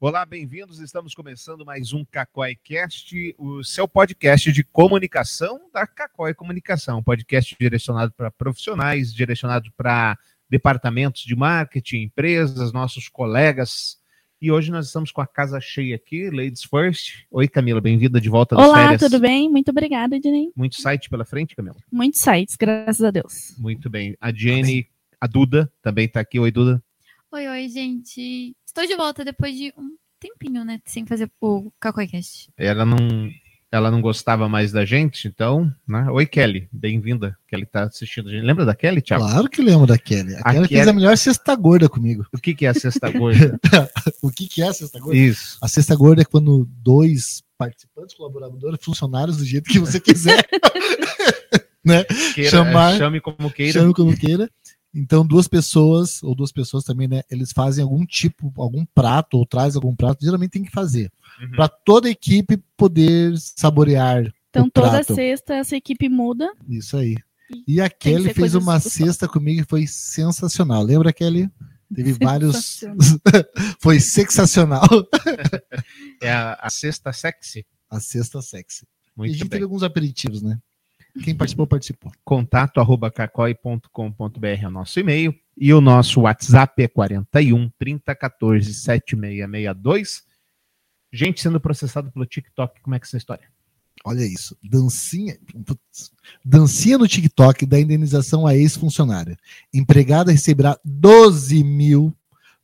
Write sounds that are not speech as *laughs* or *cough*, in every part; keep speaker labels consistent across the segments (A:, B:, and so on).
A: Olá, bem-vindos. Estamos começando mais um CacoiCast, o seu podcast de comunicação da Cacoi Comunicação. Um podcast direcionado para profissionais, direcionado para departamentos de marketing, empresas, nossos colegas. E hoje nós estamos com a casa cheia aqui, Ladies First. Oi, Camila, bem-vinda de volta das
B: Olá,
A: férias.
B: tudo bem? Muito obrigada, Ednei.
A: Muito site pela frente, Camila.
B: Muitos sites, graças a Deus.
A: Muito bem. A Jenny, a Duda também está aqui. Oi, Duda.
C: Oi, oi, gente. Estou de volta depois de um tempinho, né? Sem fazer o CacoiCast.
A: ela não ela não gostava mais da gente, então, né? Oi, Kelly, bem-vinda. Kelly tá assistindo a gente. Lembra da Kelly, Thiago?
D: Claro que lembro da Kelly. A
A: A
D: Kelly fez
A: Kelly-
D: a melhor cesta gorda comigo.
A: O que que é a cesta
D: *laughs*
A: gorda?
D: O que, que é a cesta gorda?
A: Isso.
D: A cesta gorda é quando dois participantes, colaboradores, funcionários, do jeito que *laughs* você quiser,
A: Queira, é,
D: Chamar-
A: Chame como queira.
D: chame como queira. Então, duas pessoas, ou duas pessoas também, né? Eles fazem algum tipo, algum prato, ou traz algum prato, geralmente tem que fazer.
A: Uhum.
D: Para toda a equipe poder saborear
B: Então,
D: O
B: toda
D: prato.
B: sexta, essa equipe muda.
D: isso aí. E a
B: que
D: Kelly
B: ser
D: fez
B: coisas
D: uma
B: gostosas.
D: cesta comigo e foi sensacional. Lembra, Kelly? Teve vários. *laughs* foi sensacional
A: É a, a cesta sexy.
D: a cesta sexy. e a
A: Muito
D: gente
A: bem.
D: teve alguns aperitivos, né? Quem participou, participou.
A: Contato arroba cacoi.com.br é o nosso e-mail. E o nosso WhatsApp é 41 3014 7662. Gente sendo processado pelo TikTok, como é que é essa história?
D: Olha isso. Dancinha. putz. Dancinha no TikTok da indenização a ex-funcionária. Empregada receberá 12 mil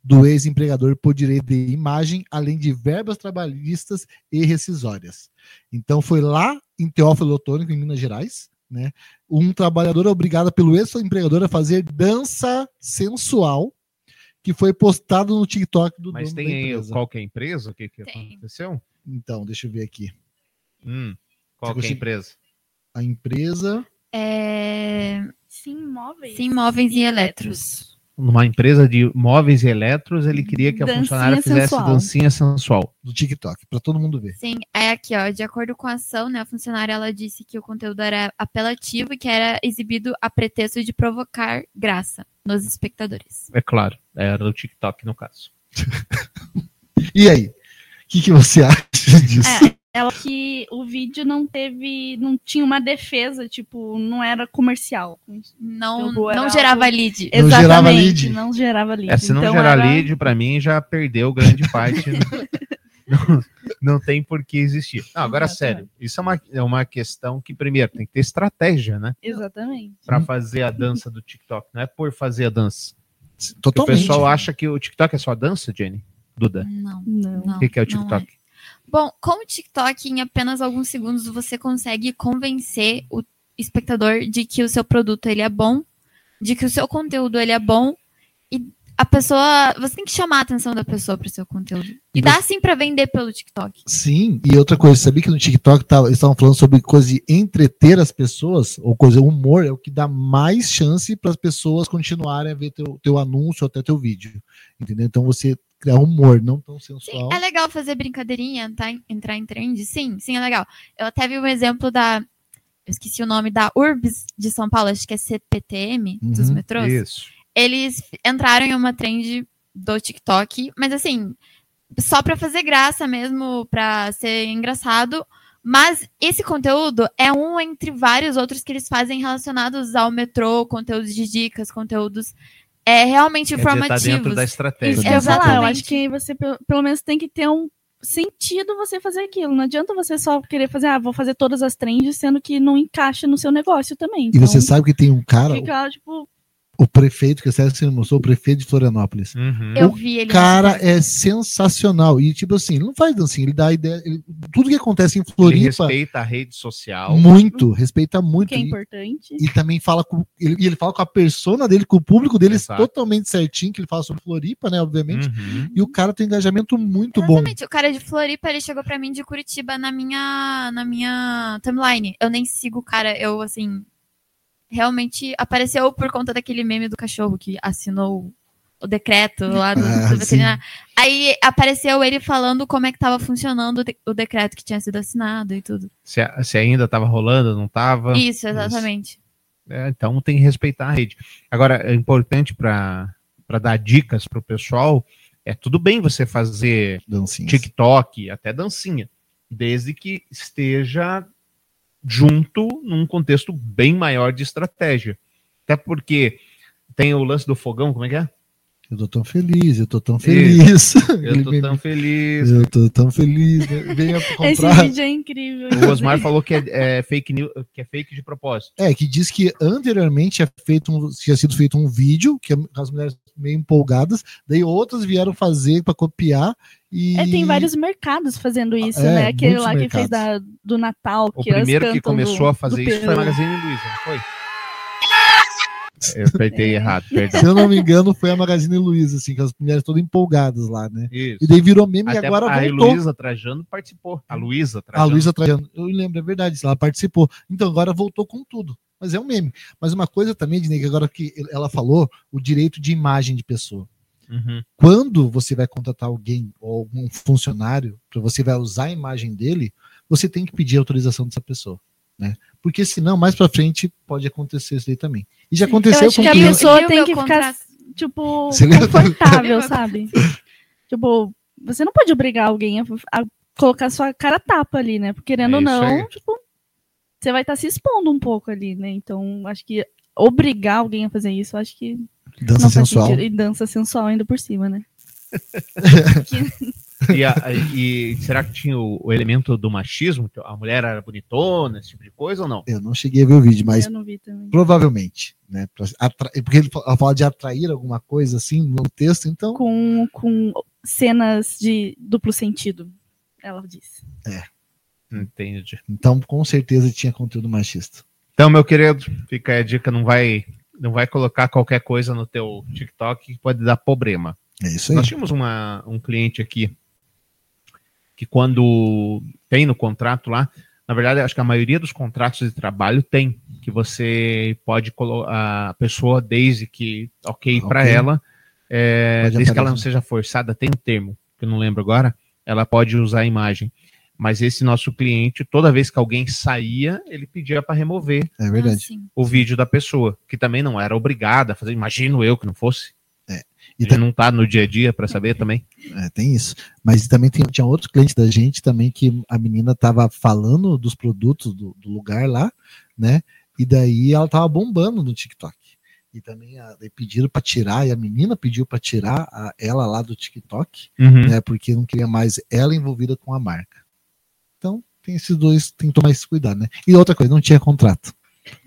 D: do ex-empregador por direito de imagem, além de verbas trabalhistas e rescisórias. Então foi lá em Teófilo Otônico, em Minas Gerais, né? Um trabalhador é obrigado pelo ex-empregador a fazer dança sensual que foi postado no TikTok do
A: Mas
D: dono
A: tem
D: da
A: aí
D: empresa.
A: qual que é a empresa? O que, que
C: Tem.
A: aconteceu?
D: Então, deixa eu ver aqui.
A: Hum,
D: Tipo
A: qual que
D: Você
A: é a
D: conseguiu-
A: empresa?
D: a empresa.
C: É...
B: Sim, móveis.
C: Sim, móveis e eletros.
A: numa empresa de móveis e eletros, ele queria que a
B: Dancinha
A: funcionária fizesse
B: sensual.
A: dancinha sensual.
D: do TikTok, para todo mundo ver.
C: Sim, é aqui, ó. De acordo com a ação, né? A funcionária ela disse que o conteúdo era apelativo e que era exibido a pretexto de provocar graça nos espectadores.
A: É claro, era o TikTok no caso.
D: E aí? O que, que você *laughs* acha disso?
B: É, ela que o vídeo não teve, não tinha uma defesa, tipo, não era comercial.
C: Não,
B: Então, era
C: não gerava
B: algo-
C: lead.
D: Não
B: Exatamente,
D: gerava lead.
B: não gerava lead.
A: É, se não
B: Então,
A: gerar
B: era-
A: lead, pra mim já perdeu grande parte. não, não tem por que existir. Não, agora,
B: Exato.
A: sério, isso é uma, é uma questão que, primeiro, tem que ter estratégia, né?
B: Exatamente.
A: Pra fazer a dança do TikTok. Não é por fazer a dança. O
D: Totalmente.
A: pessoal acha que o TikTok é só dança, Jenny? Duda?
C: Não,
B: Não.
A: O
C: não.
A: que, que é o
C: não
A: TikTok?
C: Bom, com o TikTok, em apenas alguns segundos, você consegue convencer o espectador de que o seu produto ele é bom, de que o seu conteúdo ele é bom e a pessoa, você tem que chamar a atenção da pessoa para o seu conteúdo. E dá sim para vender pelo TikTok.
D: Sim, e outra coisa, sabia que no TikTok tava- eles estavam falando sobre coisa de entreter as pessoas, ou coisa, humor é o que dá mais chance para as pessoas continuarem a ver teu, teu anúncio ou até teu vídeo. Entendeu? Então você criar humor não tão
C: Sim,
D: sensual.
C: é legal fazer brincadeirinha, tá? entrar em trend, sim, sim, é legal. Eu até vi um exemplo da, eu esqueci o nome, da URBS de São Paulo, acho que é CPTM, dos
D: Uhum,
C: metrôs.
A: Isso.
C: eles entraram em uma trend do TikTok, mas assim, só pra fazer graça mesmo, pra ser engraçado. Mas esse conteúdo é um entre vários outros que eles fazem relacionados ao metrô, conteúdos de dicas, conteúdos é, realmente
A: Quer dizer, tá
C: informativos.
A: dentro da
B: Isso
A: estratégia.
B: que eu ia falar, eu
C: Exatamente.
B: acho que você, pe- pelo menos, tem que ter um sentido você fazer aquilo. Não adianta você só querer fazer, ah, vou fazer todas as trends, sendo que não encaixa no seu negócio também.
D: E
B: Então,
D: você sabe que tem um cara,
B: fica lá, tipo,
D: o, o prefeito, que você me mostrou, o prefeito de Florianópolis.
A: Uhum.
C: Eu vi ele.
D: Cara, é sensacional. E, tipo assim, ele não faz dancinha, ele dá ideia. ele- tudo que acontece em
A: Ele
D: Floripa,
A: respeita a rede social.
D: Muito, respeita muito.
B: que é
D: E,
B: importante.
D: e também fala com. Ele, e ele fala com a persona dele, com o público dele
A: Exato.
D: totalmente certinho, que ele fala sobre Floripa, né? Obviamente.
A: Uhum.
D: E o cara tem um engajamento muito bom.
C: Exatamente, o cara de Floripa, ele chegou pra mim de Curitiba na minha, na minha timeline. Eu nem sigo o cara, eu assim, realmente apareceu por conta daquele meme do cachorro que assinou o decreto lá do,
D: *laughs* Ah,
C: do veterinário. Aí apareceu ele falando como é que tava funcionando o, de- o decreto que tinha sido assinado e tudo.
A: Se, se ainda estava rolando, não
D: Ah,
A: estava.
C: Isso, exatamente.
A: então tem que respeitar a rede. Agora, é importante para dar dicas para o pessoal É tudo bem você fazer
D: Dancinhas.
A: TikTok, até dancinha, desde que esteja junto num contexto bem maior de estratégia. Até porque tem o lance do fogão, como é que é?
D: Eu tô tão feliz, eu tô tão feliz.
A: Eu tô tão feliz.
D: Eu tô tão feliz. né? Venha
B: Esse
D: comprar.
B: vídeo é incrível.
A: O Osmar falou que é, é fake news, que é fake de propósito.
D: É, que diz que anteriormente tinha, feito um- tinha sido feito um vídeo, que as mulheres meio empolgadas, daí outras vieram fazer pra copiar e.
B: É, tem vários mercados fazendo
A: Ah,
B: isso,
D: É,
B: né? Aquele
D: muitos
B: lá que fez da,
D: mercados.
B: do Natal.
A: O
B: que elas
A: primeiro que
B: cantam
A: começou
B: do-
A: a fazer
B: do
A: isso foi a
B: Peru.
A: Magazine Luiza, não foi? Eu
B: É.
A: apertei errado, perdão.
D: Se eu não me engano, foi a Magazine Luiza, assim, que as mulheres todas empolgadas lá, né?
A: Isso.
D: E daí virou meme
A: Até
D: e agora
A: a
D: voltou.
A: Luísa Trajano participou. A Luísa
D: A
A: Trajano.
D: Luísa Trajano, eu lembro, é verdade, ela participou. Então agora voltou com tudo. Mas é um meme. Mas uma coisa também, Dinei, que agora que ela falou, o direito de imagem de pessoa.
A: Uhum.
D: Quando você vai contratar alguém ou algum funcionário, que você vai usar a imagem dele, você tem que pedir autorização dessa pessoa. Né? Porque senão, mais pra frente, pode acontecer isso daí também. E já
B: Eu
D: aconteceu
B: acho
D: com
B: que a
D: quem-
B: pessoa- pessoa
C: E o
B: tem
C: meu
B: que ficar- Tipo,
D: Você lembra?
C: *laughs*
B: confortável, sabe? tipo, você não pode obrigar alguém a, a colocar sua cara tapa ali, né? Porque querendo
A: É
B: ou
A: isso
B: não,
A: aí.
B: tipo, você vai estar se expondo um pouco ali, né? Então, acho que obrigar alguém a fazer isso, acho que
D: Dança
B: não faz
D: sensual.
B: sentido. E dança sensual ainda por cima, né?
A: E, a- e será que tinha o, o elemento do machismo? Que a mulher era bonitona, esse tipo de coisa ou não?
D: Eu não cheguei a ver o vídeo, mas
B: Eu não vi também.
D: provavelmente, né? pra atra- Porque ele fa- ela fala de atrair alguma coisa assim no texto, então
B: Com, com cenas de duplo sentido, ela disse.
A: Entendi.
D: Então, com certeza tinha conteúdo machista.
A: Então, meu querido, fica aí a dica, não vai, não vai colocar qualquer coisa no teu TikTok que pode dar problema.
D: É isso aí.
A: Nós tínhamos uma- um cliente aqui que quando tem no contrato lá, na verdade, acho que a maioria dos contratos de trabalho tem, que você pode colocar a pessoa desde que ok para
D: Ah, Ok.
A: ela, é,
D: Pode
A: desde que ela
D: aparecer.
A: não seja forçada, tem um termo, que eu não lembro agora, ela pode usar a imagem. Mas esse nosso cliente, toda vez que alguém saía, ele pedia para remover
D: É verdade.
C: Assim,
A: o vídeo da pessoa, que também não era obrigada a fazer, imagino eu que não fosse.
D: É. E
A: E
D: tem-
A: não tá no dia a dia para saber também.
D: É, tem isso. Mas também tem- tinha outro cliente da gente também que a menina tava falando dos produtos do, do lugar lá, né? E daí ela tava bombando no TikTok. E também a, daí pediram para tirar, e a menina pediu para tirar a- ela lá do TikTok,
A: Uhum.
D: né? Porque não queria mais ela envolvida com a marca. Então, tem esses dois, tem que tomar esse cuidado, né? E outra coisa, não tinha contrato.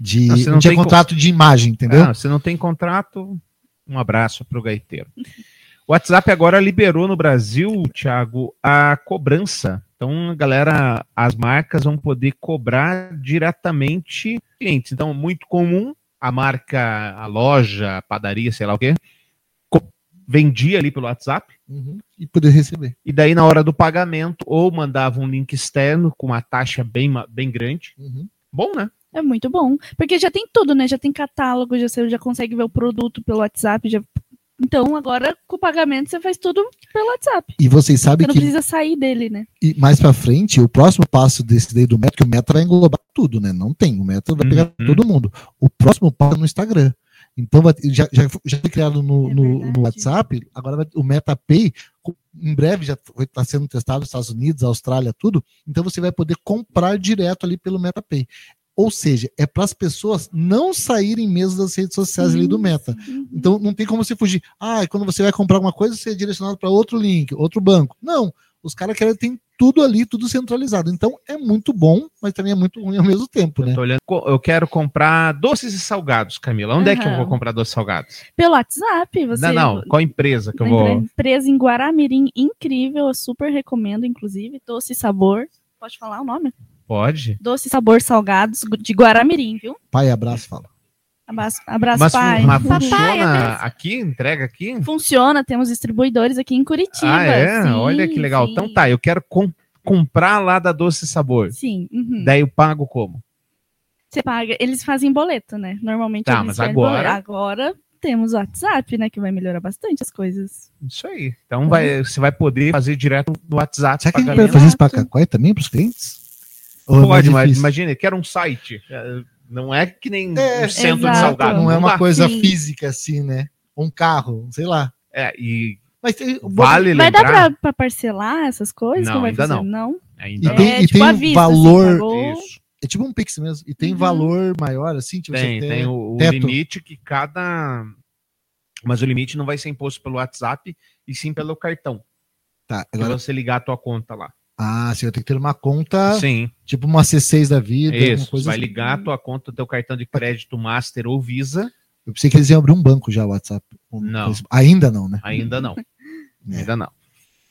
D: De,
A: Não, você
D: não,
A: não
D: tinha
A: tem co-
D: contrato de imagem, entendeu?
A: Ah, se não tem contrato, um abraço pro gaiteiro. O WhatsApp agora liberou no Brasil, Thiago, a cobrança. Então, galera, as marcas vão poder cobrar diretamente clientes. Então, muito comum a marca, a loja, a padaria, sei lá o quê, co- vendia ali pelo WhatsApp.
D: Uhum. E poder receber.
A: E daí, na hora do pagamento, ou mandava um link externo com uma taxa bem, ma- bem grande.
D: Uhum.
A: Bom, né?
B: É muito bom. Porque já tem tudo, né? Já tem catálogo, já, você já consegue ver o produto pelo WhatsApp. já- Então, agora com o pagamento, você faz tudo pelo WhatsApp.
D: E vocês sabem
B: Você não
D: que
B: precisa sair dele, né?
D: e mais pra frente, o próximo passo desse daí do Meta, que o Meta vai englobar tudo, né? Não tem, o Meta vai pegar
A: Uhum.
D: todo mundo. O próximo passo é no Instagram. Então vai- já, já, já foi criado no,
B: É
D: no- no
B: verdade.
D: WhatsApp, agora vai- o Meta Pay, co- em breve já está sendo testado nos Estados Unidos, Austrália, tudo. Então você vai poder comprar direto ali pelo Meta Pay. Ou seja, é para as pessoas não saírem mesmo das redes sociais ali do Meta.
A: Tá.
D: Então não tem como você fugir. Ah, e quando você vai comprar alguma coisa, você é direcionado para outro link, outro banco. Não, os caras querem tem tudo ali, tudo centralizado. Então é muito bom, mas também é muito ruim ao mesmo tempo,
A: Eu
D: né?
A: tô olhando. Co- Eu quero comprar doces e salgados, Camila. Onde é que eu
B: Aham.
A: vou comprar doces e salgados?
B: Pelo WhatsApp,
A: Não,
B: você.
A: não. Qual empresa que eu
B: Na
A: vou.
B: Empresa em Guaramirim, incrível, eu super recomendo, inclusive. Doce Sabor. Pode falar o nome?
A: Pode?
B: Doce Sabor Salgados de Guaramirim, viu?
D: Pai, abraço, fala.
B: Abraço, abraço
A: Mas, fu-
B: pai.
A: mas
C: Papai,
A: funciona
C: abraço.
A: aqui? Entrega aqui?
B: Funciona, temos distribuidores aqui em Curitiba.
A: ah, é?
B: sim,
A: Olha que legal.
B: sim.
A: Então tá, eu quero com- comprar lá da Doce Sabor.
B: Sim. uhum.
A: Daí eu pago como?
B: Você paga, eles fazem boleto, né? Normalmente
A: Tá,
B: eles
A: mas
B: fazem
A: agora-
B: boleto. Agora temos o WhatsApp, né? Que vai melhorar bastante as coisas.
A: Isso aí. Então
B: Uhum.
A: vai, você vai poder fazer direto no WhatsApp.
D: Será que a gente
A: pagamento.
D: vai fazer isso para Cacói também, para os clientes? Ou é mais
A: Pode, mas
D: difícil?
A: imagina, eu quero um site. É, Não é que nem
D: É,
A: um centro de
B: exato.
A: salgado.
D: Não é uma
A: dá.
D: coisa
B: Sim.
D: física assim, né? Um carro, sei lá.
A: É, e
D: Mas tem-
A: Vale
B: Vai dar
A: lembrar.
B: pra, pra parcelar essas coisas?
A: Não,
B: Como vai
A: ainda
B: fazer?
A: não.
B: não?
D: E
A: Ainda
D: tem,
B: É,
D: e
B: tipo
D: tem
B: aviso,
D: valor.
B: assim, pagou.
A: Isso.
D: é tipo um Pix mesmo. E tem
B: Uhum.
D: valor maior, assim? Tipo,
A: Tem,
D: você
A: tem um o, o
D: teto.
A: limite que cada. Mas o limite não vai ser imposto pelo WhatsApp e sim pelo cartão.
D: Tá,
A: Agora
D: agora...
A: você ligar a tua conta lá.
D: Ah, você vai ter que ter uma conta,
A: Sim,
D: tipo uma C6 da vida, alguma
A: isso.
D: coisa
A: vai
D: assim.
A: ligar a tua conta, teu cartão de crédito Master ou Visa.
D: Eu pensei que eles iam abrir um banco já, o WhatsApp. Um-
A: Não.
D: Ainda não, né?
A: Ainda não.
D: É.
A: Ainda não.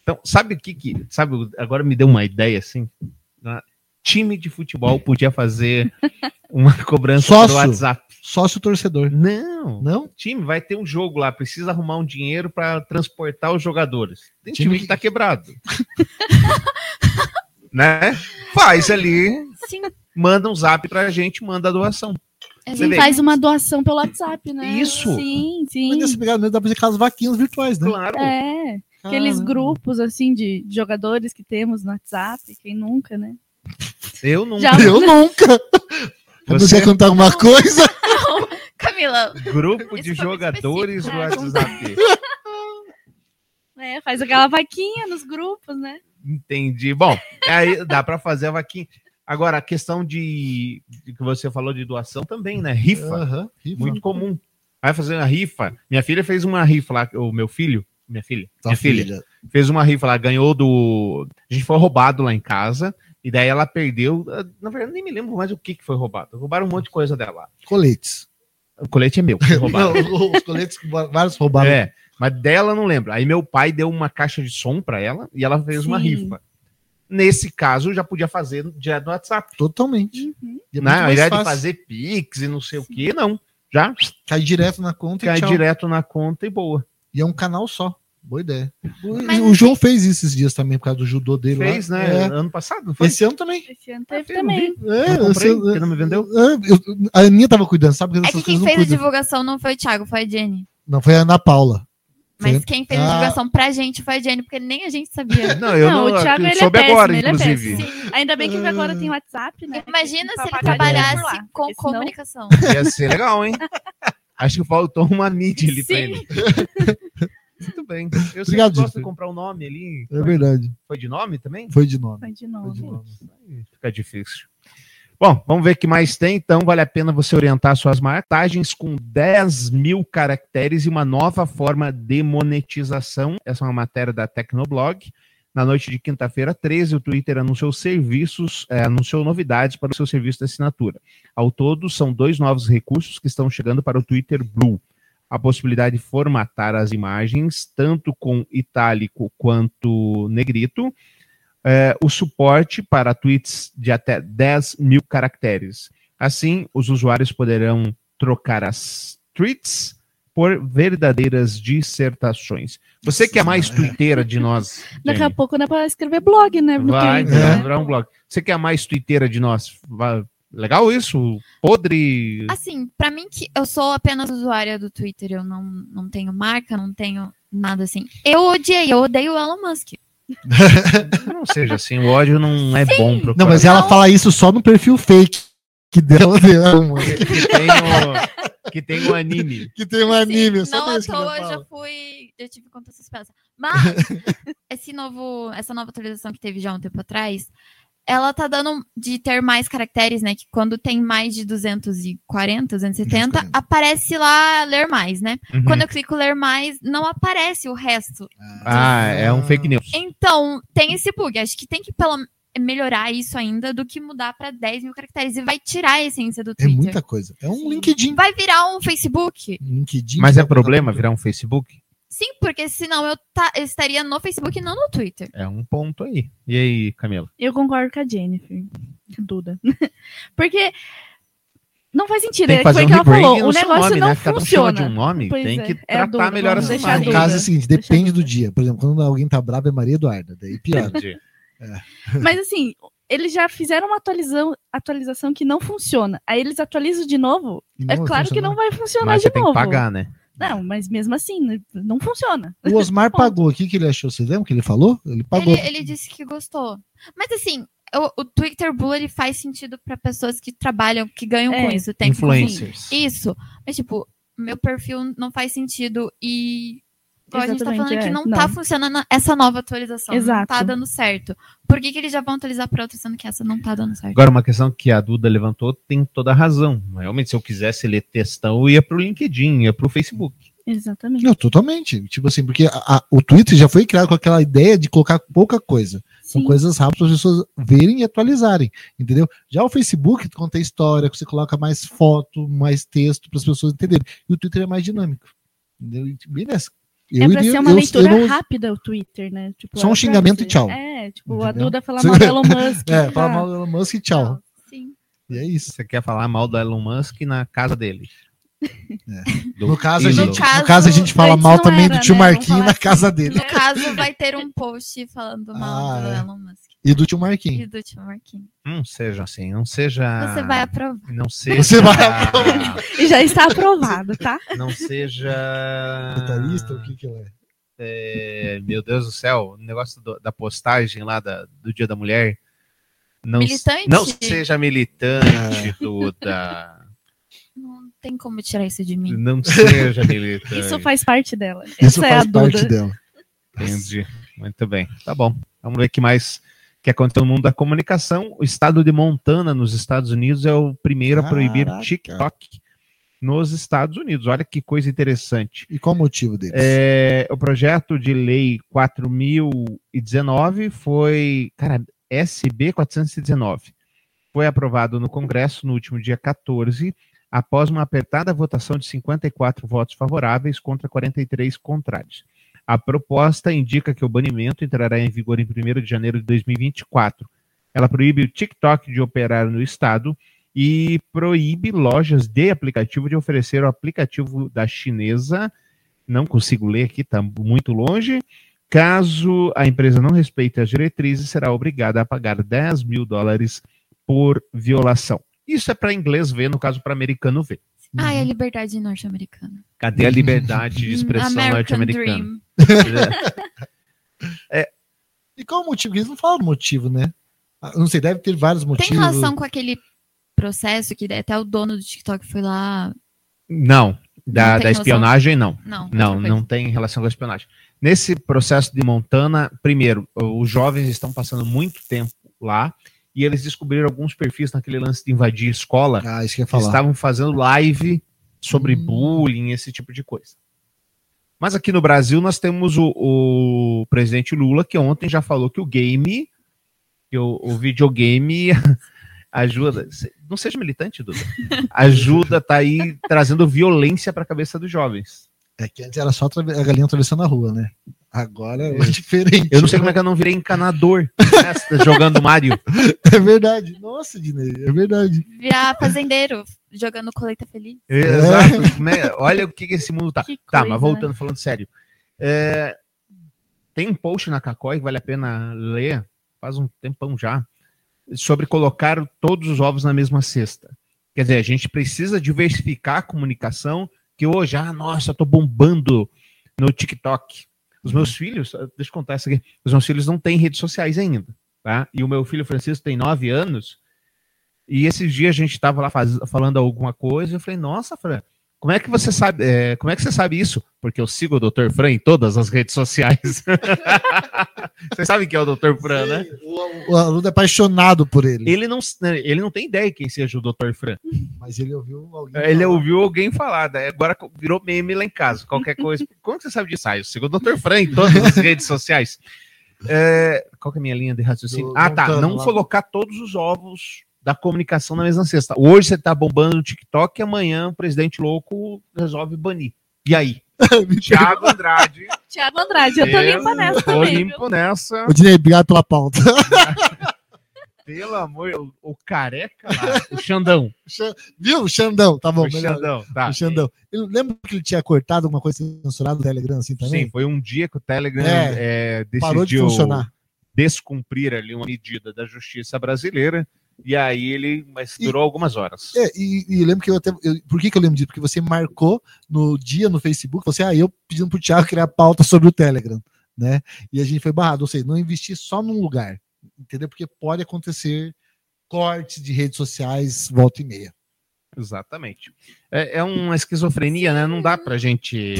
A: Então, sabe o que que. Sabe, o- agora me deu uma ideia assim. né? Time de futebol podia fazer uma cobrança
D: Sócio.
A: pelo WhatsApp.
D: Sócio torcedor.
A: Não.
D: Não?
A: Time vai ter um jogo lá, precisa arrumar um dinheiro para transportar os jogadores. Tem
D: Time
A: time,
D: que-
A: que tá
D: *laughs*
A: quebrado. né? Faz ali,
C: Sim,
A: manda um zap pra gente, manda a doação.
C: é
A: Você
B: Sim,
A: vê.
B: faz
A: *laughs*
B: uma doação pelo WhatsApp, né?
A: Isso.
B: Sim,
D: Mas
B: sim.
D: nessa pegada mesmo dá pra fazer aquelas vaquinhas virtuais, né?
A: Claro.
B: É, aqueles
D: Caramba.
B: grupos assim de de jogadores que temos no WhatsApp, quem nunca, né?
A: Eu não.
C: *laughs*
B: Já-
A: *laughs*
D: Eu nunca. Você
A: Você é
D: quer contar
A: *laughs*
D: alguma coisa?
C: Camila.
A: grupo de
C: Isso foi muito
A: jogadores do
C: específico, né?
A: WhatsApp.
B: É, faz aquela vaquinha nos grupos, né?
A: Entendi. Bom, aí dá pra fazer a vaquinha. Agora, a questão de, de que você falou de doação também, né? Rifa.
D: Aham, rifa.
A: Muito comum. Vai fazer uma rifa. Minha filha fez uma rifa lá, o meu filho. Minha filha.
D: Tua
A: minha filha. fez uma rifa lá, ganhou do. A gente foi roubado lá em casa, e daí ela perdeu. eh, Na verdade, nem me lembro mais o que, que foi roubado. Roubaram um monte de coisa dela.
D: Coletes.
A: O colete é meu,
D: *laughs*
A: que roubaram.
D: Não, os coletes, que vários roubaram.
A: é, mas dela eu não lembro. Aí meu pai deu uma caixa de som pra ela e ela fez uma
B: Sim.
A: rifa. Nesse caso, já podia fazer direto no WhatsApp.
D: Totalmente.
C: Uhum.
D: E é muito
A: né? Ao
D: mais
A: invés de
D: fácil.
A: fazer Pix e não sei o que, não. Já
D: Cai direto na conta
A: cai
D: e tchau.
A: direto na conta e boa.
D: E é um canal só. Boa ideia. O,
C: Mas- assim
D: o João fez isso esses dias também, por causa do judô dele
A: Fez,
D: lá.
A: né?
D: É.
A: Ano passado, não foi?
D: Esse ano também.
B: Esse ano teve
A: eu não
B: também.
D: É,
A: Eu comprei,
D: esse-
A: você não me
D: *laughs*
A: vendeu?
D: é, eu- a Aninha tava cuidando, sabe? Porque
C: É
D: essas
C: que quem
D: coisas
C: fez
D: não
C: a
D: cuidam.
C: divulgação não foi o Thiago, foi a Jenny.
D: Não, foi a Ana Paula.
C: Mas
D: Foi.
C: quem fez a
D: Ah.
C: divulgação pra gente foi a Jenny, porque nem a gente
D: *laughs*
C: sabia.
A: Não, eu
B: Não,
A: não,
B: o Thiago, ele é
A: soube agora,
B: péssimo, ele é
A: inclusive.
B: Ainda bem que agora tem WhatsApp, né?
C: Imagina se ele
B: Papagaio
C: trabalhasse
B: por lá,
C: com
B: porque senão-
C: *laughs* comunicação.
A: Ia ser legal, hein? *laughs* Acho que faltou uma mídia ali pra *laughs*
C: Sim.
A: ele. Muito bem. Eu sempre
D: Obrigado,
A: gosto de
D: Gil.
A: comprar um nome ali.
D: É verdade.
A: Foi de nome também?
D: Foi de nome.
B: Vai de novo.
D: Foi de nome.
A: Fica difícil. Bom, vamos ver o que mais tem. Então, vale a pena você orientar suas marcagens com 10 mil caracteres e uma nova forma de monetização. Essa é uma matéria da Tecnoblog. Na noite de quinta-feira, 13, o Twitter anunciou serviços, eh, anunciou novidades para o seu serviço de assinatura. Ao todo, são dois novos recursos que estão chegando para o Twitter Blue. A possibilidade de formatar as imagens, tanto com itálico quanto negrito, é, o suporte para tweets de até 10 mil caracteres. Assim, os usuários poderão trocar as tweets por verdadeiras dissertações. Você que é mais twitteira de nós,
B: Daqui a
A: Jenny,
B: pouco dá pra escrever blog,
A: É,
B: né? Então, no
A: vai
B: Twitter,
D: né?
A: vai virar um blog. Você que é mais twitteira de nós, vai- legal isso?
B: *laughs*
A: Podre?
C: Assim, pra mim que eu sou apenas usuária do Twitter, eu não, não tenho marca, não tenho nada assim. Eu odiei, eu odeio o Elon Musk.
A: Não seja assim, o ódio não é bom pro
D: Não, mas
A: coração.
D: ela fala isso só no perfil fake que dela, *laughs* dela
A: que tem o, que tem o anime.
D: que tem um anime.
C: Sim, Assim, não
D: só
C: à
D: isso que ela
C: toa, eu
D: fala.
C: já fui, eu tive conta suspensa.
D: *laughs*
C: Mas esse novo, essa nova atualização que teve já um tempo atrás, ela tá dando um- de ter mais caracteres, né? Que quando tem mais de 240, 270,
D: 240.
C: aparece lá ler mais, né?
A: Uhum.
C: Quando eu clico ler mais, não aparece o resto.
A: Ah, é um fake news.
C: Então, tem esse bug. Acho que tem que pelo- melhorar isso ainda do que mudar pra 10 mil caracteres. E vai tirar a essência do
D: É
C: Twitter.
D: muita coisa. É um LinkedIn.
C: Vai virar um Facebook?
D: LinkedIn.
A: Mas é problema virar um Facebook?
C: Sim, porque senão eu, ta- eu estaria no Facebook e não no Twitter.
A: É um ponto aí. E aí, Camila?
B: Eu concordo com a Jennifer. Duda. *laughs* Porque não faz sentido.
A: Tem
B: é,
A: que
B: Foi
A: fazer
B: o
A: um
B: que ela
A: rebranding
B: falou. O
A: no seu
B: negócio
A: nome,
B: não
A: né? Cada um chama
B: funciona.
A: de um nome,
B: Pois
A: tem
B: é,
A: que
B: é
A: tratar
B: dúvida,
A: melhor
B: vamos
A: essa
B: deixar
D: O
A: imagem.
B: dúvida.
D: caso é o seguinte:
B: Deixa
D: depende
B: eu
D: do
B: ver.
D: dia. Por exemplo, quando alguém tá bravo é Maria Eduarda.
B: *laughs*
D: Daí piora.
A: Entendi.
B: Mas assim, eles já fizeram uma atualização, atualização que não funciona. Aí eles atualizam de novo.
D: E
B: é
D: vai
B: claro que
D: funcionar.
B: não vai funcionar
A: Mas
B: de
A: você tem
B: novo.
A: que pagar, né?
B: Não, mas mesmo assim, n- não funciona.
D: O Osmar
B: Ponto.
D: pagou. O que, que ele achou? Você lembra o que ele falou? Ele pagou.
C: Ele, ele disse que gostou. Mas assim, o, o Twitter Blue ele faz sentido pra pessoas que trabalham, que ganham
B: É.
C: com isso. Tem que-
A: Influencers.
C: Isso. Mas, tipo, meu perfil não faz sentido e Igual a gente tá
B: Exatamente,
C: falando que
B: é.
C: não,
B: Não.
C: tá funcionando essa nova atualização. Não
B: Exato.
C: tá dando certo. Por que, que eles já vão atualizar pra outra, sendo que essa não tá dando certo?
A: Agora, uma questão que a Duda levantou tem toda a razão. Realmente, se eu quisesse ler textão, eu ia pro LinkedIn, ia pro Facebook.
B: *laughs* Exatamente.
D: Não, totalmente. Tipo assim, porque a- a- o Twitter já foi criado com aquela ideia de colocar pouca coisa. São
B: Sim.
D: coisas rápidas para as pessoas verem e atualizarem, entendeu? Já o Facebook conta história, que você coloca mais foto, mais texto para as pessoas entenderem. E o Twitter é mais dinâmico. Entendeu? E, Beleza. Eu
B: é pra
D: iria-
B: ser uma
D: eu- eu
B: leitura
D: não-
B: rápida o Twitter, né? Tipo,
D: Só um
B: é pra
D: xingamento
B: você-
D: e tchau.
B: É, tipo, a
D: Entendeu?
B: Duda
D: *laughs*
B: fala mal do Elon Musk.
D: É, fala
B: tá?
D: mal do Elon Musk e tchau.
C: Sim.
D: E é isso.
A: Você quer falar mal do Elon Musk na casa dele. Do
D: No caso, a
A: Elon.
D: gente,
C: caso,
D: no caso, a gente fala
B: antes
D: mal
B: não
D: também
B: era,
D: do tio
B: né? Vamos
D: Marquinhos
B: falar
D: na casa dele.
C: No caso, vai ter um post falando mal
D: Ah,
C: do
D: é.
C: Elon Musk
D: E do tio
C: e
D: Marquinhos.
C: do Tim Marquinhos.
A: Não seja assim, não seja.
C: Você vai aprovar.
A: Não
C: *laughs*
A: seja.
D: Você vai
B: E já está aprovado, tá?
A: Não seja.
D: Comentarista, tá o que que ela é?
A: É, meu Deus do céu, o negócio do- da postagem lá da- do Dia da Mulher. Não,
C: Militante?
A: não seja
D: É.
A: militante, Duda.
C: Não tem como tirar isso de mim.
A: Não seja militante.
B: Isso faz parte dela.
D: Isso
B: Essa é a
D: faz
B: Duda.
D: parte dela.
A: Entendi. Muito bem. Tá bom. Vamos ver o que mais que aconteceu no mundo da comunicação. O estado de Montana, nos Estados Unidos, é o primeiro a proibir
D: Caraca.
A: TikTok nos Estados Unidos. Olha que coisa interessante.
D: E qual o motivo deles?
A: É, o projeto de lei 4019 foi, cara, SB 419. Foi aprovado no Congresso no último dia 14, após uma apertada votação de 54 votos favoráveis contra 43 contrários. A proposta indica que o banimento entrará em vigor em 1 de janeiro de 2024. Ela proíbe o TikTok de operar no estado e proíbe lojas de aplicativo de oferecer o aplicativo da chinesa não consigo ler aqui, está muito longe. Caso a empresa não respeite as diretrizes, será obrigada a pagar 10 mil dólares por violação. Isso é para inglês ver, no caso, para americano ver.
C: Ah, é a liberdade norte-americana.
A: Cadê a liberdade de
C: Hum,
A: expressão
C: American
A: norte-americana?
C: Dream.
D: E qual o motivo? Eles não falam o motivo, né? Ah, Não sei, deve ter vários motivos.
C: Tem relação com aquele processo que até o dono do TikTok foi lá.
A: Não, da,
C: Não tem
A: da espionagem, não.
C: Não, outra
A: Não,
C: coisa.
A: não tem relação com a espionagem. Nesse processo de Montana, primeiro, os jovens estão passando muito tempo lá e eles descobriram alguns perfis naquele lance de invadir escola
D: Ah, isso que eu ia
A: Eles
D: falar.
A: estavam fazendo live sobre
D: Hum.
A: bullying, esse tipo de coisa. Mas aqui no Brasil nós temos o, o presidente Lula, que ontem já falou que o game, que o, o videogame *laughs* ajuda. se- Não seja militante, Duda. Ajuda, tá aí trazendo violência para a cabeça dos jovens.
D: É que antes era só atrave- a galinha atravessando a rua, né? Agora é diferente.
A: Eu não
D: *laughs*
A: sei como é que eu não virei encanador né, jogando Mario.
D: É verdade. Nossa, Dinei, é verdade.
C: Virar fazendeiro jogando coleta feliz.
A: Exato. né? Olha o que, que esse mundo tá.
B: Que
A: Tá,
B: coisa,
A: mas
B: né?
A: voltando, falando sério. É, tem um post na Cacói que vale a pena ler, faz um tempão já, sobre colocar todos os ovos na mesma cesta. Quer dizer, a gente precisa diversificar a comunicação, que hoje, ah, nossa, eu tô bombando no TikTok. Os meus filhos, ah, deixa eu contar isso aqui, os meus filhos não têm redes sociais ainda, tá? E o meu filho Francisco tem nove anos, e esses dias a gente tava lá faz- falando alguma coisa, eu falei, nossa, Fran, como é que você sabe? é, como é que você sabe isso? Porque eu sigo o Dr. Fran em todas as redes sociais. *laughs* Você sabe quem é o Dr. Fran, né?
D: O, o aluno é apaixonado por ele.
A: Ele não, né, ele não tem ideia quem seja o Dr. Fran.
D: Mas ele ouviu alguém.
A: É, Ele
D: falar.
A: ouviu alguém falar, daí agora virou meme lá em casa. Qualquer
D: *laughs*
A: coisa. Como que você sabe disso? Ah, eu sigo o Dr. Fran em todas as redes sociais. É, qual que é a minha linha de raciocínio?
D: Do-
A: ah, tá.
D: montando
A: Não
D: lá.
A: colocar todos os ovos da comunicação na mesma cesta. Hoje você tá bombando no TikTok e amanhã o presidente louco resolve banir. E
D: *laughs*
A: aí? Tiago Andrade.
B: Tiago Andrade, eu tô
A: Eu
B: limpa nessa
A: Tô
B: também. viu?
A: limpo nessa.
D: Ô, Dinei, obrigado pela pauta. *laughs*
A: Pelo amor, o, o careca lá, o Xandão.
D: Viu, Xandão? Tá bom,
A: o
D: melhor.
A: Xandão, tá.
D: O Xandão. Ele- lembra que ele tinha cortado alguma coisa censurada no Telegram assim também? É,
A: Sim, foi um dia que o Telegram eh,
D: Parou de
A: decidiu
D: funcionar.
A: descumprir ali uma medida da justiça brasileira. E aí ele, mas
D: E-
A: durou algumas horas.
D: É, e, e eu lembro que eu até. eu- por que, que eu lembro disso? Porque você marcou no dia no Facebook, você, ah, eu pedindo pro Thiago criar pauta sobre o Telegram, né? E a gente foi barrado. Ou seja, não investir só num lugar, entendeu? Porque pode acontecer cortes de redes sociais volta e meia.
A: Exatamente. É, é uma esquizofrenia, né? Não dá pra gente.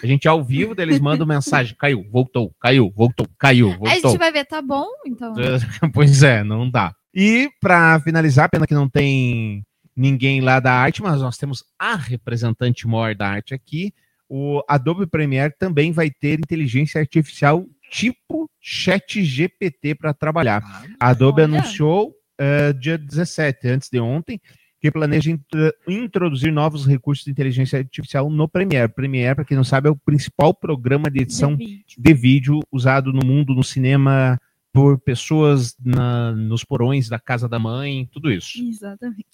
A: A gente ao vivo, daí eles mandam mensagem: caiu, voltou, caiu, voltou, caiu,
C: Aí a gente
A: voltou.
C: vai ver, tá bom? Então.
A: *laughs* Pois é, não dá. E pra finalizar, pena que não tem ninguém lá da arte, mas nós temos a representante maior da arte aqui. O Adobe Premiere também vai ter inteligência artificial tipo Chat GPT para trabalhar.
D: Ah,
A: A Adobe
B: Olha.
A: anunciou eh, dia 17, antes de ontem, que planeja intra- introduzir novos recursos de inteligência artificial no Premiere. Premiere, para quem não sabe, é o principal programa de edição de vídeo usado no mundo, no cinema, por pessoas na- nos porões da casa da mãe, tudo isso.
B: Exatamente.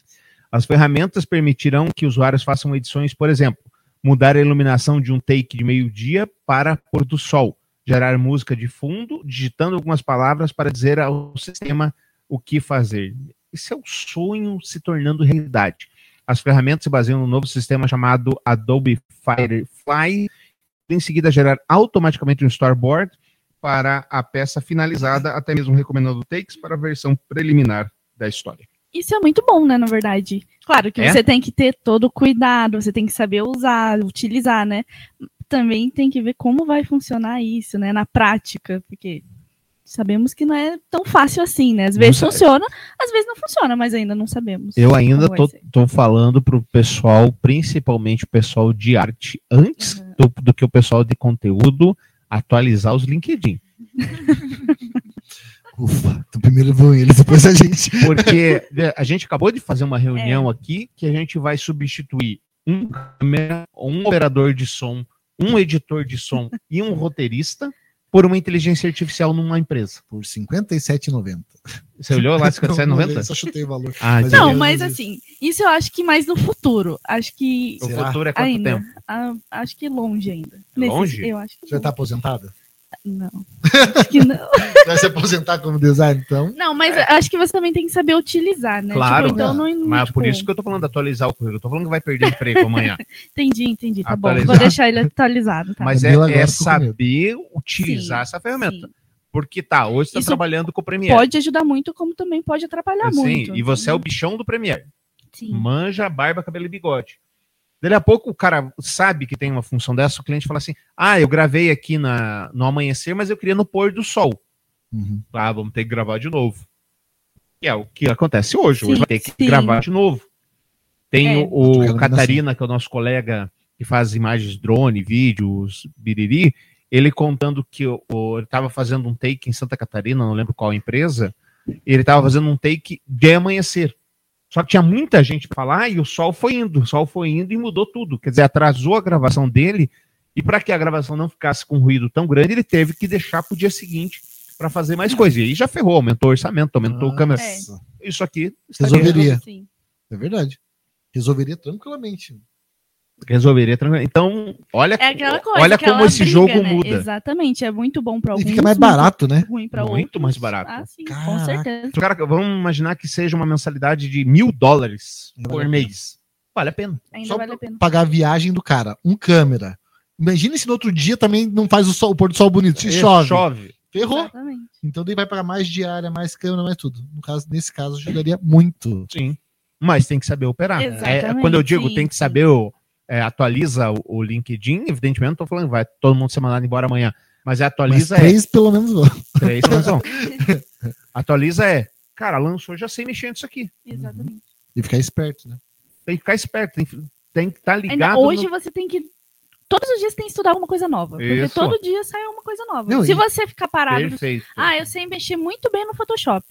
A: As ferramentas permitirão que usuários façam edições, por exemplo, mudar a iluminação de um take de meio-dia para pôr do sol, gerar música de fundo, digitando algumas palavras para dizer ao sistema o que fazer. Esse é o sonho se tornando realidade. As ferramentas se baseiam no novo sistema chamado Adobe Firefly, em seguida gerar automaticamente um storyboard para a peça finalizada, até mesmo recomendando takes para a versão preliminar da história.
B: Isso é muito bom, né, na verdade. Claro que
A: É?
B: você tem que ter todo o cuidado, você tem que saber usar, utilizar, né? Também tem que ver como vai funcionar isso, né, na prática, porque sabemos que não é tão fácil assim, né? Às
A: Não
B: vezes
A: sabe.
B: funciona, às vezes não funciona, mas ainda não sabemos.
A: Eu ainda
B: como é vai
A: tô,
B: ser.
A: tô falando pro pessoal, principalmente o pessoal de arte, antes do, do que o pessoal de conteúdo atualizar os LinkedIn.
D: Ufa, então primeiro vão eles, depois a gente.
B: *laughs*
A: Porque né, a gente acabou de fazer uma
B: É.
A: reunião aqui que a gente vai substituir um câmera, um operador de som, um editor de som e um roteirista por uma inteligência artificial numa empresa.
D: Por R$ 57,90.
A: Você olhou
D: *laughs*
A: lá,
D: Não, eu
A: 90?
D: Então, Só chutei o valor.
A: Ah,
D: Mas
A: então,
B: Não,
D: eu-
B: mas assim, isso eu acho que mais no futuro. Acho que
A: o
D: será?
A: futuro é quanto
B: ainda.
A: tempo?
B: Ah, acho que longe ainda.
A: Longe?
B: eu acho que
D: Você já tá aposentada?
B: não. *laughs* Acho que não.
D: Vai se aposentar como design, então?
B: Não, mas acho que você também tem que saber utilizar, né?
A: É. Claro.
B: Tipo, então não, não,
A: Mas é por
B: tipo,
A: isso que eu tô falando de atualizar o currículo. Eu tô falando que vai perder emprego
B: *laughs*
A: amanhã.
B: Entendi, entendi. Tá bom.
A: Atualizar.
B: Vou deixar ele atualizado, tá?
A: Mas
D: A
A: é,
D: Camila agora
A: é
D: ficou com medo.
A: saber utilizar essa ferramenta.
B: Sim.
A: Porque tá, hoje você tá
B: Isso
A: trabalhando com o Premiere.
B: Pode ajudar muito, como também pode atrapalhar
A: Sim,
B: muito. né?
A: e você é o bichão do Premiere.
B: Sim.
A: Manja, barba, cabelo e bigode. Daí a pouco o cara sabe que tem uma função dessa, o cliente fala assim: ah, eu gravei aqui na, no amanhecer, mas eu queria no pôr do sol.
D: Uhum.
A: Ah, vamos ter que gravar de novo. Que é o que acontece hoje. hoje
B: Sim,
A: vai ter que
B: sim.
A: gravar de novo. Tem
B: É.
A: o- o,
D: Iluminação.
A: Catarina, que é o nosso colega que faz imagens drone, vídeos, biriri, ele contando que o, o- ele estava fazendo um take em Santa Catarina, não lembro qual empresa, e ele estava fazendo um take de amanhecer. Só que tinha muita gente para lá e o sol foi indo, o sol foi indo e mudou tudo. Quer dizer, atrasou a gravação dele e para que a gravação não ficasse com um ruído tão grande, ele teve que deixar para o dia seguinte para fazer mais coisa. E aí já ferrou, aumentou o orçamento, aumentou
D: Ah.
A: o câmera.
B: É.
D: Nossa,
A: Isso aqui estaria-
D: Resolveria.
B: Sim.
D: É verdade. Resolveria tranquilamente.
A: resolveria tranquilamente. Então, olha,
B: É aquela coisa.
A: olha
B: aquela
A: como esse
B: briga,
A: jogo
B: né?
A: muda.
B: Exatamente. É muito bom pra
D: E
B: alguns.
D: fica mais
B: muito
D: barato, né?
B: Ruim pra
A: Muito
B: outros.
A: mais barato.
B: Ah, sim, com
D: Caraca.
B: certeza.
A: O cara, vamos imaginar que seja uma mensalidade de mil dólares
D: Vale a
A: por
D: pena.
A: mês. Vale a pena.
B: Ainda
D: Só
B: vale a pena.
D: Pagar a viagem do cara, um câmera. Imagina se no outro dia também não faz o, sol, o pôr do sol bonito. Se
A: É,
D: chove,
A: chove. É.
D: ferrou.
B: Exatamente.
D: Então daí vai pagar mais diária, mais câmera, mais tudo. No caso, nesse caso, ajudaria muito.
A: Sim. Mas tem que saber operar. É,
B: Exatamente,
A: quando eu digo
B: sim,
A: tem que
B: sim.
A: saber, o- é, atualiza o, o LinkedIn, evidentemente, não tô falando, vai todo mundo ser mandado embora amanhã. Mas é
D: Mas
A: atualiza é.
D: três, pelo menos, vão.
A: Três razão. *laughs* Atualiza é. Cara, lançou, já sei mexer nisso aqui.
B: Exatamente.
D: E ficar esperto, né?
A: Tem que ficar esperto, tem, que- tem que estar
B: Ainda
A: ligado.
B: hoje
A: no-
B: você tem que. Todos os dias você tem que estudar alguma coisa nova.
A: Isso.
B: Porque todo dia sai alguma coisa nova.
D: Não,
B: Se
D: e-
B: você ficar parado no
A: Perfeito.
B: Ah, eu sei mexer muito bem no Photoshop.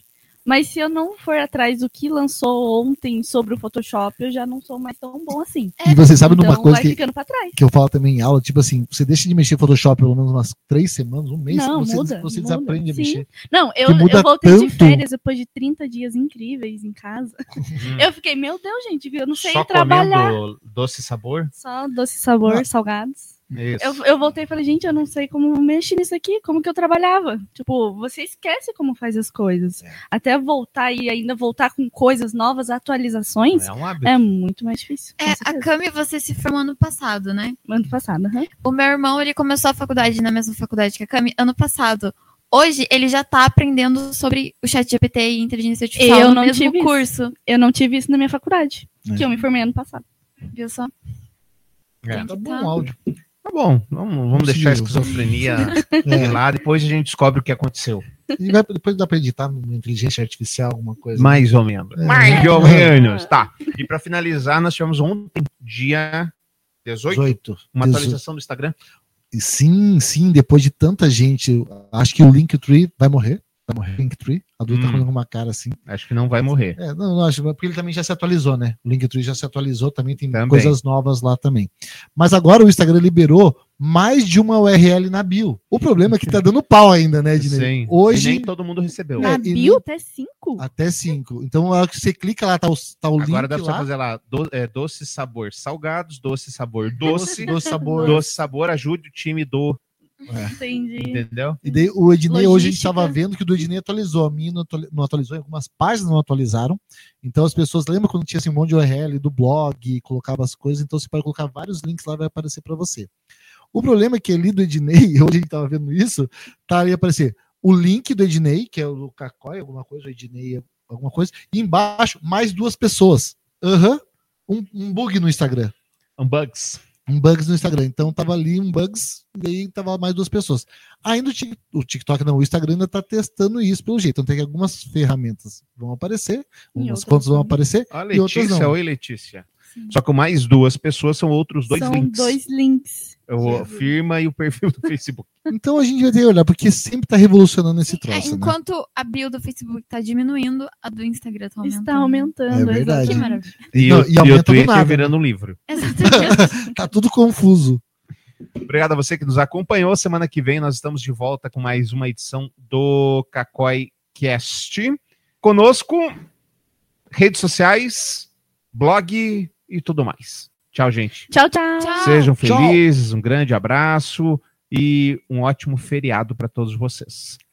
B: Mas se eu não for atrás do que lançou ontem sobre o Photoshop, eu já não sou mais tão bom assim.
C: É,
D: E você sabe numa
B: então
D: coisa
B: vai
D: que,
B: ficando pra trás.
D: que eu falo também em aula, tipo assim, você deixa de mexer Photoshop pelo menos umas três semanas, um mês,
B: Não,
D: você,
B: muda,
D: você
B: muda,
D: desaprende
B: sim.
D: a mexer.
B: Não, eu,
D: Que muda
B: eu voltei
D: tanto.
B: de férias depois de 30 dias incríveis em casa.
A: Uhum.
B: Eu fiquei, meu Deus, gente, eu não sei
A: Hum. Só
B: trabalhar.
A: comendo doce e sabor.
B: Só doce sabor,
D: Não.
B: salgados.
A: Isso.
B: Eu, eu voltei e falei, gente, eu não sei como mexer nisso aqui, como que eu trabalhava. Tipo, você esquece como faz as coisas.
D: É.
B: Até voltar e ainda voltar com coisas novas, atualizações,
A: É um hábito.
B: é, muito mais difícil. com
C: É, a
B: certeza.
C: Cami, você se formou ano passado, né?
B: Ano passado, aham.
C: O meu irmão, ele começou a faculdade na mesma faculdade que a Cami ano passado. Hoje, ele já tá aprendendo sobre o chat GPT e inteligência artificial
B: Eu
C: no
B: não
C: mesmo
B: tive isso.
C: curso.
B: Eu não tive isso na minha faculdade.
D: É.
B: Que eu me formei ano passado.
C: Viu só?
A: É.
D: Tá
C: Tá.
D: bom o áudio.
A: Tá bom, vamos, vamos deixar a
D: Sim.
A: esquizofrenia de
D: *laughs* É,
A: lá, depois a gente descobre o que aconteceu.
D: e vai- depois dá pra editar numa inteligência artificial, alguma coisa.
A: Mais ou menos.
D: É.
A: Mais ou
D: É.
A: menos. Tá. né? E para finalizar, nós tivemos ontem, dia 18,
D: 18.
A: uma
D: 18.
A: atualização do Instagram.
D: E Sim, sim, depois de tanta gente, eu acho que o Linktree vai morrer. Vai morrer o Linktree. A Duda
A: Hum.
D: tá falando com uma cara assim.
A: Acho que não vai morrer.
D: É, não, não acho, mas porque ele também já se atualizou, né? O Linktree já se atualizou, também tem
A: Também.
D: coisas novas lá também. Mas agora o Instagram liberou mais de uma URL na bio. O problema é que tá dando pau ainda, né, Ednei?
A: Sim. E
D: Hoje,
A: nem todo mundo recebeu.
D: É,
B: Na
D: e Ah.
B: bio
D: não-
B: até cinco?
D: até 5. Então, na hora que você clica lá, tá o, tá o
A: Agora dá pra
D: link
A: você
D: lá.
A: fazer lá do- é, doce sabor salgados, doce sabor doce,
D: doce sabor.
A: doce sabor ajude o time do,
B: Entendi.
A: entendeu?
D: E daí o Ednei, hoje a gente
B: Logística.
D: estava vendo que o do Ednei atualizou, a minha não atuali- não atualizou, algumas páginas não atualizaram. Então as pessoas, lembra quando tinha assim, um monte de URL do blog, colocava as coisas, então você pode colocar vários links lá, vai aparecer para você. O problema é que ali do Ednei, *laughs* hoje a gente estava vendo isso, tá ali aparecer o link do Ednei, que é o do Cacói, alguma coisa, o Ednei, alguma coisa, e embaixo mais duas pessoas. Aham, um- um bug no Instagram
A: Unbugs.
D: um bugs no Instagram. Então tava ali um bugs e aí tava mais duas pessoas. Ainda o, Tik- o TikTok não, o Instagram ainda tá testando isso pelo jeito. Então tem que algumas ferramentas vão aparecer,
B: E
D: umas
B: outras
D: contas vão
B: não.
D: aparecer.
A: A
D: E outras
A: Letícia,
D: não.
A: oi Letícia. Só que mais duas pessoas são outros dois
B: São
A: links.
B: dois links.
A: O a firma e o perfil do *laughs* Facebook.
D: Então a gente vai ter que olhar, porque sempre tá revolucionando esse troço, né?
C: É, Enquanto a bio do Facebook tá diminuindo, a do Instagram tá aumentando.
B: Está aumentando.
D: É verdade.
C: Que
B: exatamente.
C: maravilha.
A: E,
D: Não,
A: o,
D: e
A: e o
D: aumenta do
A: Twitter
D: nada.
A: virando um livro.
C: Exatamente.
D: *laughs* Tá tudo confuso.
A: Obrigado a você que nos acompanhou. Semana que vem nós estamos de volta com mais uma edição do Cacói Cast. Conosco, redes sociais, blog e tudo mais. Tchau, gente.
B: Tchau, tchau.
C: Tchau.
A: Sejam
D: Tchau.
A: felizes, um grande abraço e um ótimo feriado para todos vocês.